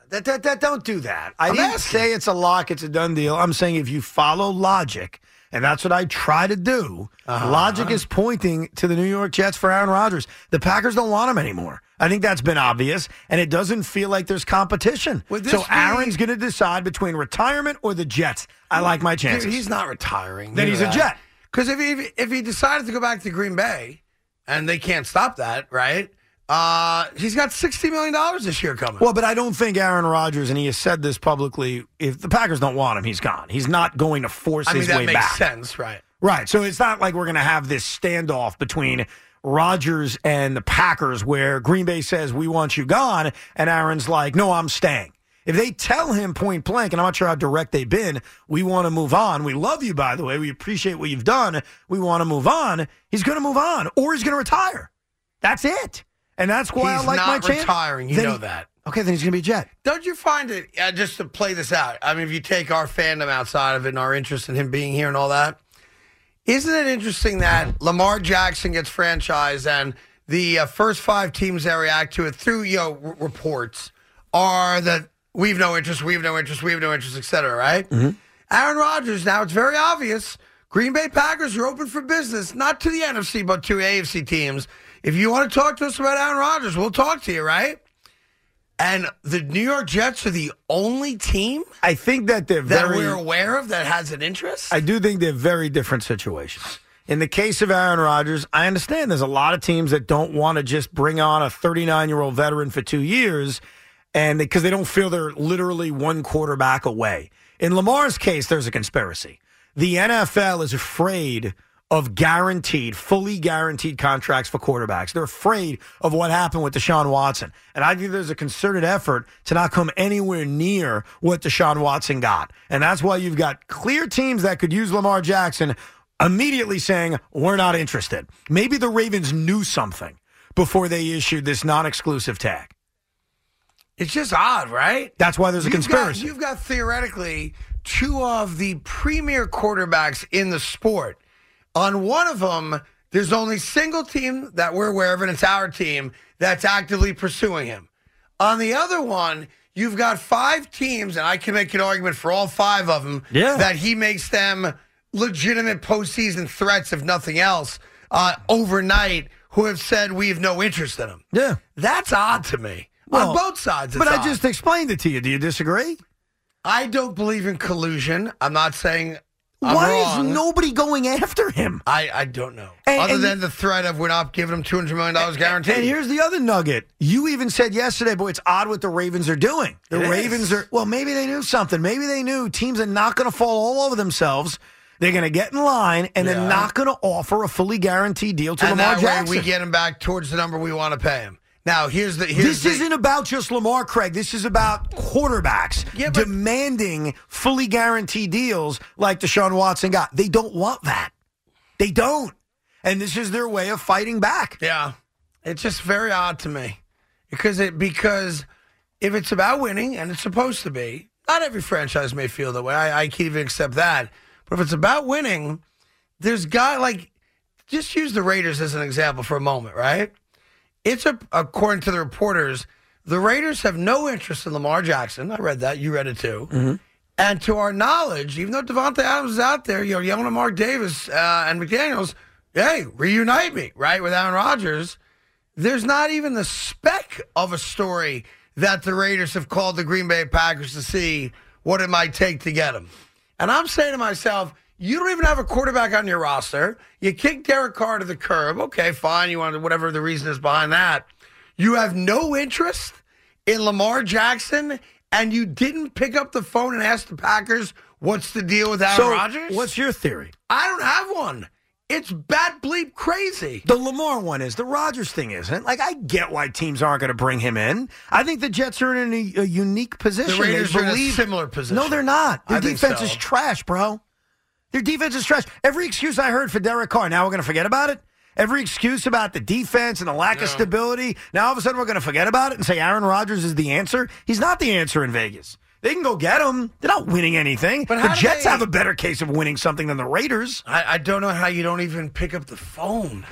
[SPEAKER 2] That, that, that, don't do that. I
[SPEAKER 1] I'm
[SPEAKER 2] didn't
[SPEAKER 1] asking.
[SPEAKER 2] say it's a lock, it's a done deal. I'm saying if you follow logic, and that's what I try to do,
[SPEAKER 1] Uh-huh.
[SPEAKER 2] logic is pointing to the New York Jets for Aaron Rodgers. The Packers don't want him anymore. I think that's been obvious, and it doesn't feel like there's competition.
[SPEAKER 1] Would this
[SPEAKER 2] So
[SPEAKER 1] be-
[SPEAKER 2] Aaron's going to decide between retirement or the Jets. I like my
[SPEAKER 1] Dude,
[SPEAKER 2] chances.
[SPEAKER 1] he's not retiring.
[SPEAKER 2] Then he's a Jet.
[SPEAKER 1] Because if he if he decided to go back to Green Bay, and they can't stop that, right? Uh, he's got sixty million dollars this year coming.
[SPEAKER 2] Well, but I don't think Aaron Rodgers, and he has said this publicly, if the Packers don't want him, he's gone. He's not going to force
[SPEAKER 1] I mean
[SPEAKER 2] his
[SPEAKER 1] that
[SPEAKER 2] way
[SPEAKER 1] makes
[SPEAKER 2] back.
[SPEAKER 1] sense, right?
[SPEAKER 2] Right. So it's not like we're going to have this standoff between Rodgers and the Packers where Green Bay says, we want you gone. And Aaron's like, no, I'm staying. If they tell him point blank, and I'm not sure how direct they've been, we want to move on. We love you, by the way. We appreciate what you've done. We want to move on. He's going to move on or he's going to retire. That's it. And that's why
[SPEAKER 1] he's
[SPEAKER 2] I like
[SPEAKER 1] not
[SPEAKER 2] my chance.
[SPEAKER 1] retiring. You
[SPEAKER 2] Then
[SPEAKER 1] know
[SPEAKER 2] he-
[SPEAKER 1] that.
[SPEAKER 2] Okay, then he's going to be a Jet.
[SPEAKER 1] Don't you find it uh, just to play this out? I mean, if you take our fandom outside of it and our interest in him being here and all that, isn't it interesting that Lamar Jackson gets franchised and the uh, first five teams that react to it through you know, r- reports are that we have no interest, we have no interest, we have no interest, etc. Right? Aaron Rodgers. Now it's very obvious. Green Bay Packers are open for business, not to the NFC but to AFC teams. If you want to talk to us about Aaron Rodgers, we'll talk to you, right? And the New York Jets are the only team
[SPEAKER 2] I think that they're
[SPEAKER 1] that
[SPEAKER 2] very.
[SPEAKER 1] we're aware of that has an interest.
[SPEAKER 2] I do think they're very different situations. In the case of Aaron Rodgers, I understand there's a lot of teams that don't want to just bring on a 39 year old veteran for two years, and because they don't feel they're literally one quarterback away. In Lamar's case, there's a conspiracy. The NFL is afraid of guaranteed, fully guaranteed contracts for quarterbacks. They're afraid of what happened with Deshaun Watson. And I think there's a concerted effort to not come anywhere near what Deshaun Watson got. And that's why you've got clear teams that could use Lamar Jackson immediately saying, we're not interested. Maybe the Ravens knew something before they issued this non exclusive tag.
[SPEAKER 1] It's just odd, right?
[SPEAKER 2] That's why there's a
[SPEAKER 1] You've
[SPEAKER 2] conspiracy.
[SPEAKER 1] Got, you've got theoretically two of the premier quarterbacks in the sport. On one of them, there's only single team that we're aware of, and it's our team that's actively pursuing him. On the other one, you've got five teams, and I can make an argument for all five of them
[SPEAKER 2] Yeah.
[SPEAKER 1] that he makes them legitimate postseason threats, if nothing else, uh, overnight, who have said we have no interest in him.
[SPEAKER 2] Yeah.
[SPEAKER 1] That's odd to me. On both sides, it's
[SPEAKER 2] But I
[SPEAKER 1] odd.
[SPEAKER 2] just explained it to you. Do you disagree?
[SPEAKER 1] I don't believe in collusion. I'm not saying. I'm
[SPEAKER 2] Why
[SPEAKER 1] wrong.
[SPEAKER 2] is nobody going after him?
[SPEAKER 1] I, I don't know.
[SPEAKER 2] And-
[SPEAKER 1] Other
[SPEAKER 2] and-
[SPEAKER 1] than the threat of we're not giving him two hundred million dollars guaranteed.
[SPEAKER 2] And here's the other nugget. You even said yesterday, boy, it's odd what the Ravens are doing. The
[SPEAKER 1] It is.
[SPEAKER 2] Ravens are, well, maybe they knew something. Maybe they knew teams are not going to fall all over themselves. They're going to get in line and they're not going to offer a fully guaranteed deal to
[SPEAKER 1] and
[SPEAKER 2] Lamar
[SPEAKER 1] that
[SPEAKER 2] Jackson.
[SPEAKER 1] way we get him back towards the number we want to pay him. Now here's the here's
[SPEAKER 2] this
[SPEAKER 1] the,
[SPEAKER 2] isn't about just Lamar Craig. This is about quarterbacks demanding fully guaranteed deals like Deshaun Watson got. They don't want that. They don't. And this is their way of fighting back.
[SPEAKER 1] Yeah. It's just very odd to me. Because it because if it's about winning and it's supposed to be, not every franchise may feel that way. I, I can even accept that. But if it's about winning, there's got like just use the Raiders as an example for a moment, right? It's a, according to the reporters, the Raiders have no interest in Lamar Jackson. I read that. You read it too. And to our knowledge, even though Devonta Adams is out there, you know, yelling at Mark Davis uh, and McDaniels, hey, reunite me, right, with Aaron Rodgers. There's not even the speck of a story that the Raiders have called the Green Bay Packers to see what it might take to get him. And I'm saying to myself, you don't even have a quarterback on your roster. You kick Derek Carr to the curb. Okay, fine. You want to, whatever the reason is behind that. You have no interest in Lamar Jackson, and you didn't pick up the phone and ask the Packers what's the deal with Aaron
[SPEAKER 2] So,
[SPEAKER 1] Rodgers.
[SPEAKER 2] what's your theory?
[SPEAKER 1] I don't have one. It's bat bleep crazy.
[SPEAKER 2] The Lamar one is. The Rodgers thing isn't. Like, I get why teams aren't going to bring him in. I think the Jets are in a, a unique position.
[SPEAKER 1] The Raiders
[SPEAKER 2] they
[SPEAKER 1] are in a
[SPEAKER 2] believe,
[SPEAKER 1] similar position.
[SPEAKER 2] No, they're not. Their
[SPEAKER 1] I think
[SPEAKER 2] defense
[SPEAKER 1] so.
[SPEAKER 2] is trash, bro. Their defense is trash. Every excuse I heard for Derek Carr, now we're going to forget about it. Every excuse about the defense and the lack of stability, now all of a sudden we're going to forget about it and say Aaron Rodgers is the answer. He's not the answer in Vegas. They can go get him. They're not winning anything.
[SPEAKER 1] But
[SPEAKER 2] the
[SPEAKER 1] how do
[SPEAKER 2] Jets
[SPEAKER 1] they-
[SPEAKER 2] have a better case of winning something than the Raiders.
[SPEAKER 1] I, I don't know how you don't even pick up the phone.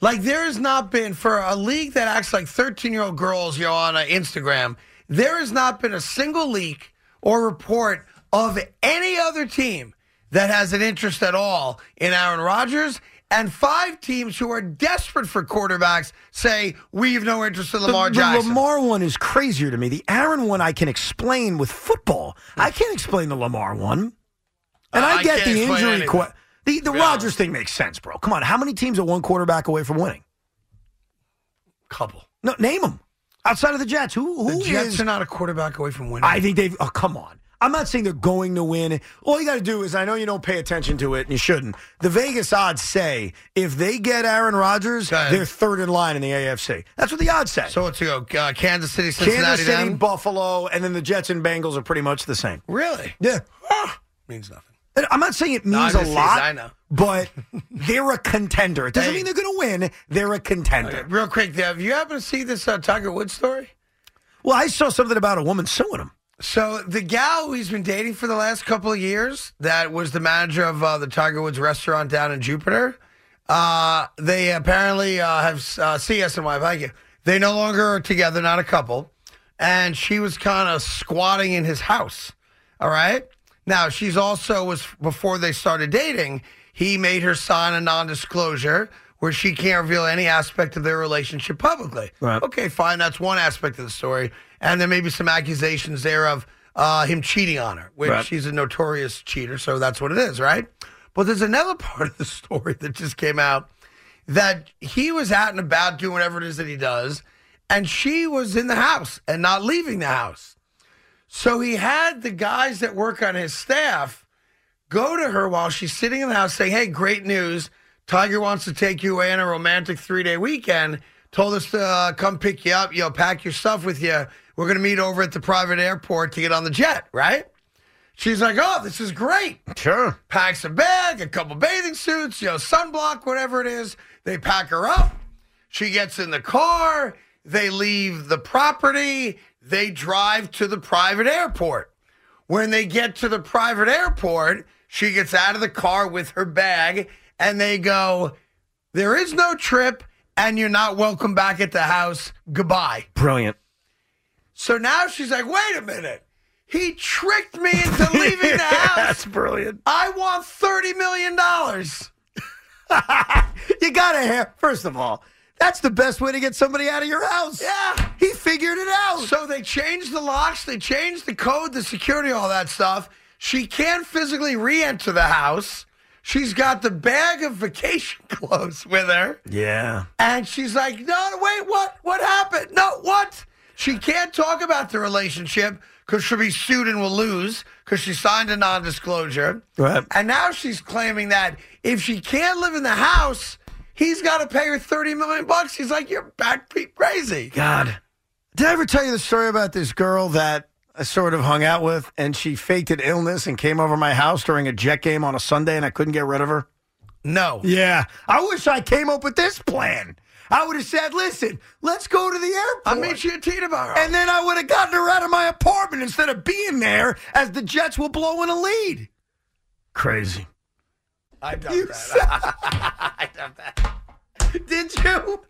[SPEAKER 1] Like there has not been for a league that acts like thirteen-year-old girls, you know, on uh, Instagram. There has not been a single leak or report of any other team that has an interest at all in Aaron Rodgers. And five teams who are desperate for quarterbacks say we have no interest in Lamar
[SPEAKER 2] the,
[SPEAKER 1] Jackson.
[SPEAKER 2] The Lamar one is crazier to me. The Aaron one I can explain with football. I can't explain the Lamar one. And
[SPEAKER 1] Uh,
[SPEAKER 2] I
[SPEAKER 1] Hmm. I
[SPEAKER 2] get
[SPEAKER 1] can't
[SPEAKER 2] the
[SPEAKER 1] explain
[SPEAKER 2] injury.
[SPEAKER 1] anything.
[SPEAKER 2] Que- the the Rodgers thing makes sense, bro. Come on, how many teams are one quarterback away from winning?
[SPEAKER 1] Couple.
[SPEAKER 2] No, name them outside of the Jets. Who who
[SPEAKER 1] The Jets
[SPEAKER 2] is-
[SPEAKER 1] are not a quarterback away from winning.
[SPEAKER 2] I think they've. Oh, come on. I'm not saying they're going to win. All you got to do is, I know you don't pay attention to it, and you shouldn't. The Vegas odds say if they get Aaron Rodgers,
[SPEAKER 1] Okay.
[SPEAKER 2] they're third in line in the AFC. That's what the odds say.
[SPEAKER 1] so what's to go? Uh, Kansas City, Cincinnati,
[SPEAKER 2] Kansas City,
[SPEAKER 1] then?
[SPEAKER 2] Buffalo, and then the Jets and Bengals are pretty much the same.
[SPEAKER 1] really
[SPEAKER 2] Yeah.
[SPEAKER 1] means nothing.
[SPEAKER 2] And I'm not saying it means
[SPEAKER 1] I'm
[SPEAKER 2] a
[SPEAKER 1] just
[SPEAKER 2] lot,
[SPEAKER 1] teasing, I know.
[SPEAKER 2] but they're a contender. It doesn't
[SPEAKER 1] Hey. Oh,
[SPEAKER 2] mean they're going to win. They're a contender.
[SPEAKER 1] Real quick, Dev, you happen to see this uh, Tiger Woods story?
[SPEAKER 2] Well, I saw something about a woman suing him.
[SPEAKER 1] So the gal who he's been dating for the last couple of years, that was the manager of uh, the Tiger Woods restaurant down in Jupiter. Uh, they apparently uh, have uh, CS and wife. Thank you. They no longer are together, not a couple. And she was kind of squatting in his house. All right. Now she's also was before they started dating. He made her sign a non-disclosure where she can't reveal any aspect of their relationship publicly.
[SPEAKER 2] Right.
[SPEAKER 1] Okay, fine. That's one aspect of the story, and there may be some accusations there of uh, him cheating on her, which
[SPEAKER 2] Right.
[SPEAKER 1] she's a notorious cheater, so that's what it is, right? But there's another part of the story that just came out that he was out and about doing whatever it is that he does, and she was in the house and not leaving the house. So he had the guys that work on his staff go to her while she's sitting in the house saying, Hey, great news. Tiger wants to take you away on a romantic three day weekend. Told us to uh, come pick you up, you know, pack your stuff with you. We're going to meet over at the private airport to get on the jet, right? She's like, Oh, this is great.
[SPEAKER 2] Sure.
[SPEAKER 1] Packs a bag, a couple bathing suits, you know, sunblock, whatever it is. They pack her up. She gets in the car. They leave the property. They drive to the private airport. When they get to the private airport, she gets out of the car with her bag and they go, There is no trip and you're not welcome back at the house. Goodbye.
[SPEAKER 2] Brilliant.
[SPEAKER 1] So now she's like, Wait a minute. He tricked me into leaving the house.
[SPEAKER 2] That's brilliant.
[SPEAKER 1] I want $30 million.
[SPEAKER 2] you gotta have first of all that's the best way to get somebody out of your house
[SPEAKER 1] yeah
[SPEAKER 2] he figured it out
[SPEAKER 1] so they changed the locks they changed the code the security all that stuff she can't physically re-enter the house she's got the bag of vacation clothes with her
[SPEAKER 2] yeah
[SPEAKER 1] and she's like no no, wait what what happened no what she can't talk about the relationship because she'll be sued and will lose because she signed a non-disclosure
[SPEAKER 2] Right.
[SPEAKER 1] and now she's claiming that if she can't live in the house, he's got to pay her thirty million bucks. He's like, you're back crazy.
[SPEAKER 2] god did i ever tell you the story about this girl that i sort of hung out with and she faked an illness and came over my house during a jet game on a sunday and i couldn't get rid of her
[SPEAKER 1] No.
[SPEAKER 2] yeah i wish i came up with this plan i would have said listen let's go to the airport
[SPEAKER 1] I'll meet you at tea tomorrow.
[SPEAKER 2] and then i would have gotten her out of my apartment instead of being there as the jets were blowing a lead crazy
[SPEAKER 1] I doubt
[SPEAKER 2] You
[SPEAKER 1] that.
[SPEAKER 2] suck.
[SPEAKER 1] I doubt that. Did you?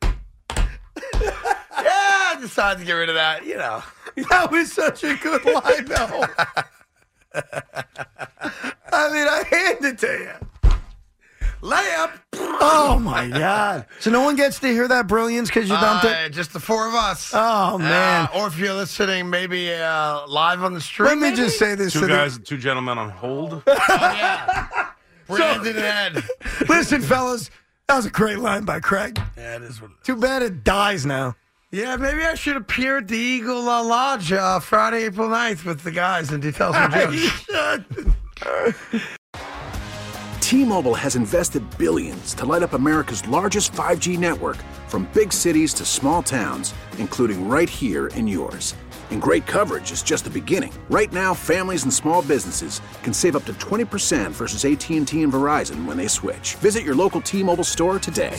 [SPEAKER 1] yeah, I decided to get rid of that. You know,
[SPEAKER 2] That was such a good line, though. I mean, I hand it to you.
[SPEAKER 1] lay up.
[SPEAKER 2] Oh my god! So no one gets to hear that brilliance because you dumped
[SPEAKER 1] Uh,
[SPEAKER 2] it.
[SPEAKER 1] just the four of us.
[SPEAKER 2] Oh man!
[SPEAKER 1] Uh, or if you're listening, maybe uh, live on the street.
[SPEAKER 2] Let me
[SPEAKER 1] maybe?
[SPEAKER 2] just say this
[SPEAKER 5] Two
[SPEAKER 2] to the-
[SPEAKER 5] guys, two gentlemen on hold.
[SPEAKER 1] Brandon and Ed.
[SPEAKER 2] Listen, fellas, that was a great line by Craig.
[SPEAKER 1] Yeah, it is what it is.
[SPEAKER 2] Too bad it dies now.
[SPEAKER 1] Yeah, maybe I should appear at the Eagle uh, Lodge uh, Friday, April 9th with the guys and detail some jokes.
[SPEAKER 10] T-Mobile has invested billions to light up America's largest 5G network from big cities to small towns, including right here in yours. And great coverage is just the beginning. Right now, families and small businesses can save up to 20% versus AT&T and Verizon when they switch. Visit your local T-Mobile store today.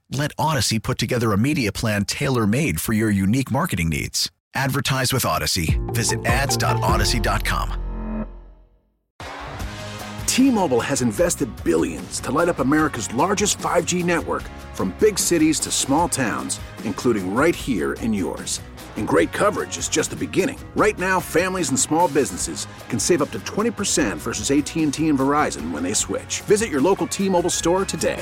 [SPEAKER 11] Let Odyssey put together a media plan tailor made for your unique marketing needs. Advertise with Odyssey. Visit ads.odyssey.com.
[SPEAKER 10] T-Mobile has invested billions to light up America's largest 5G network from big cities to small towns, including right here in yours. And great coverage is just the beginning. Right now, families and small businesses can save up to 20% versus AT&T and Verizon when they switch. Visit your local T-Mobile store today.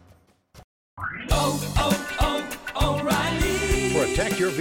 [SPEAKER 12] Protect your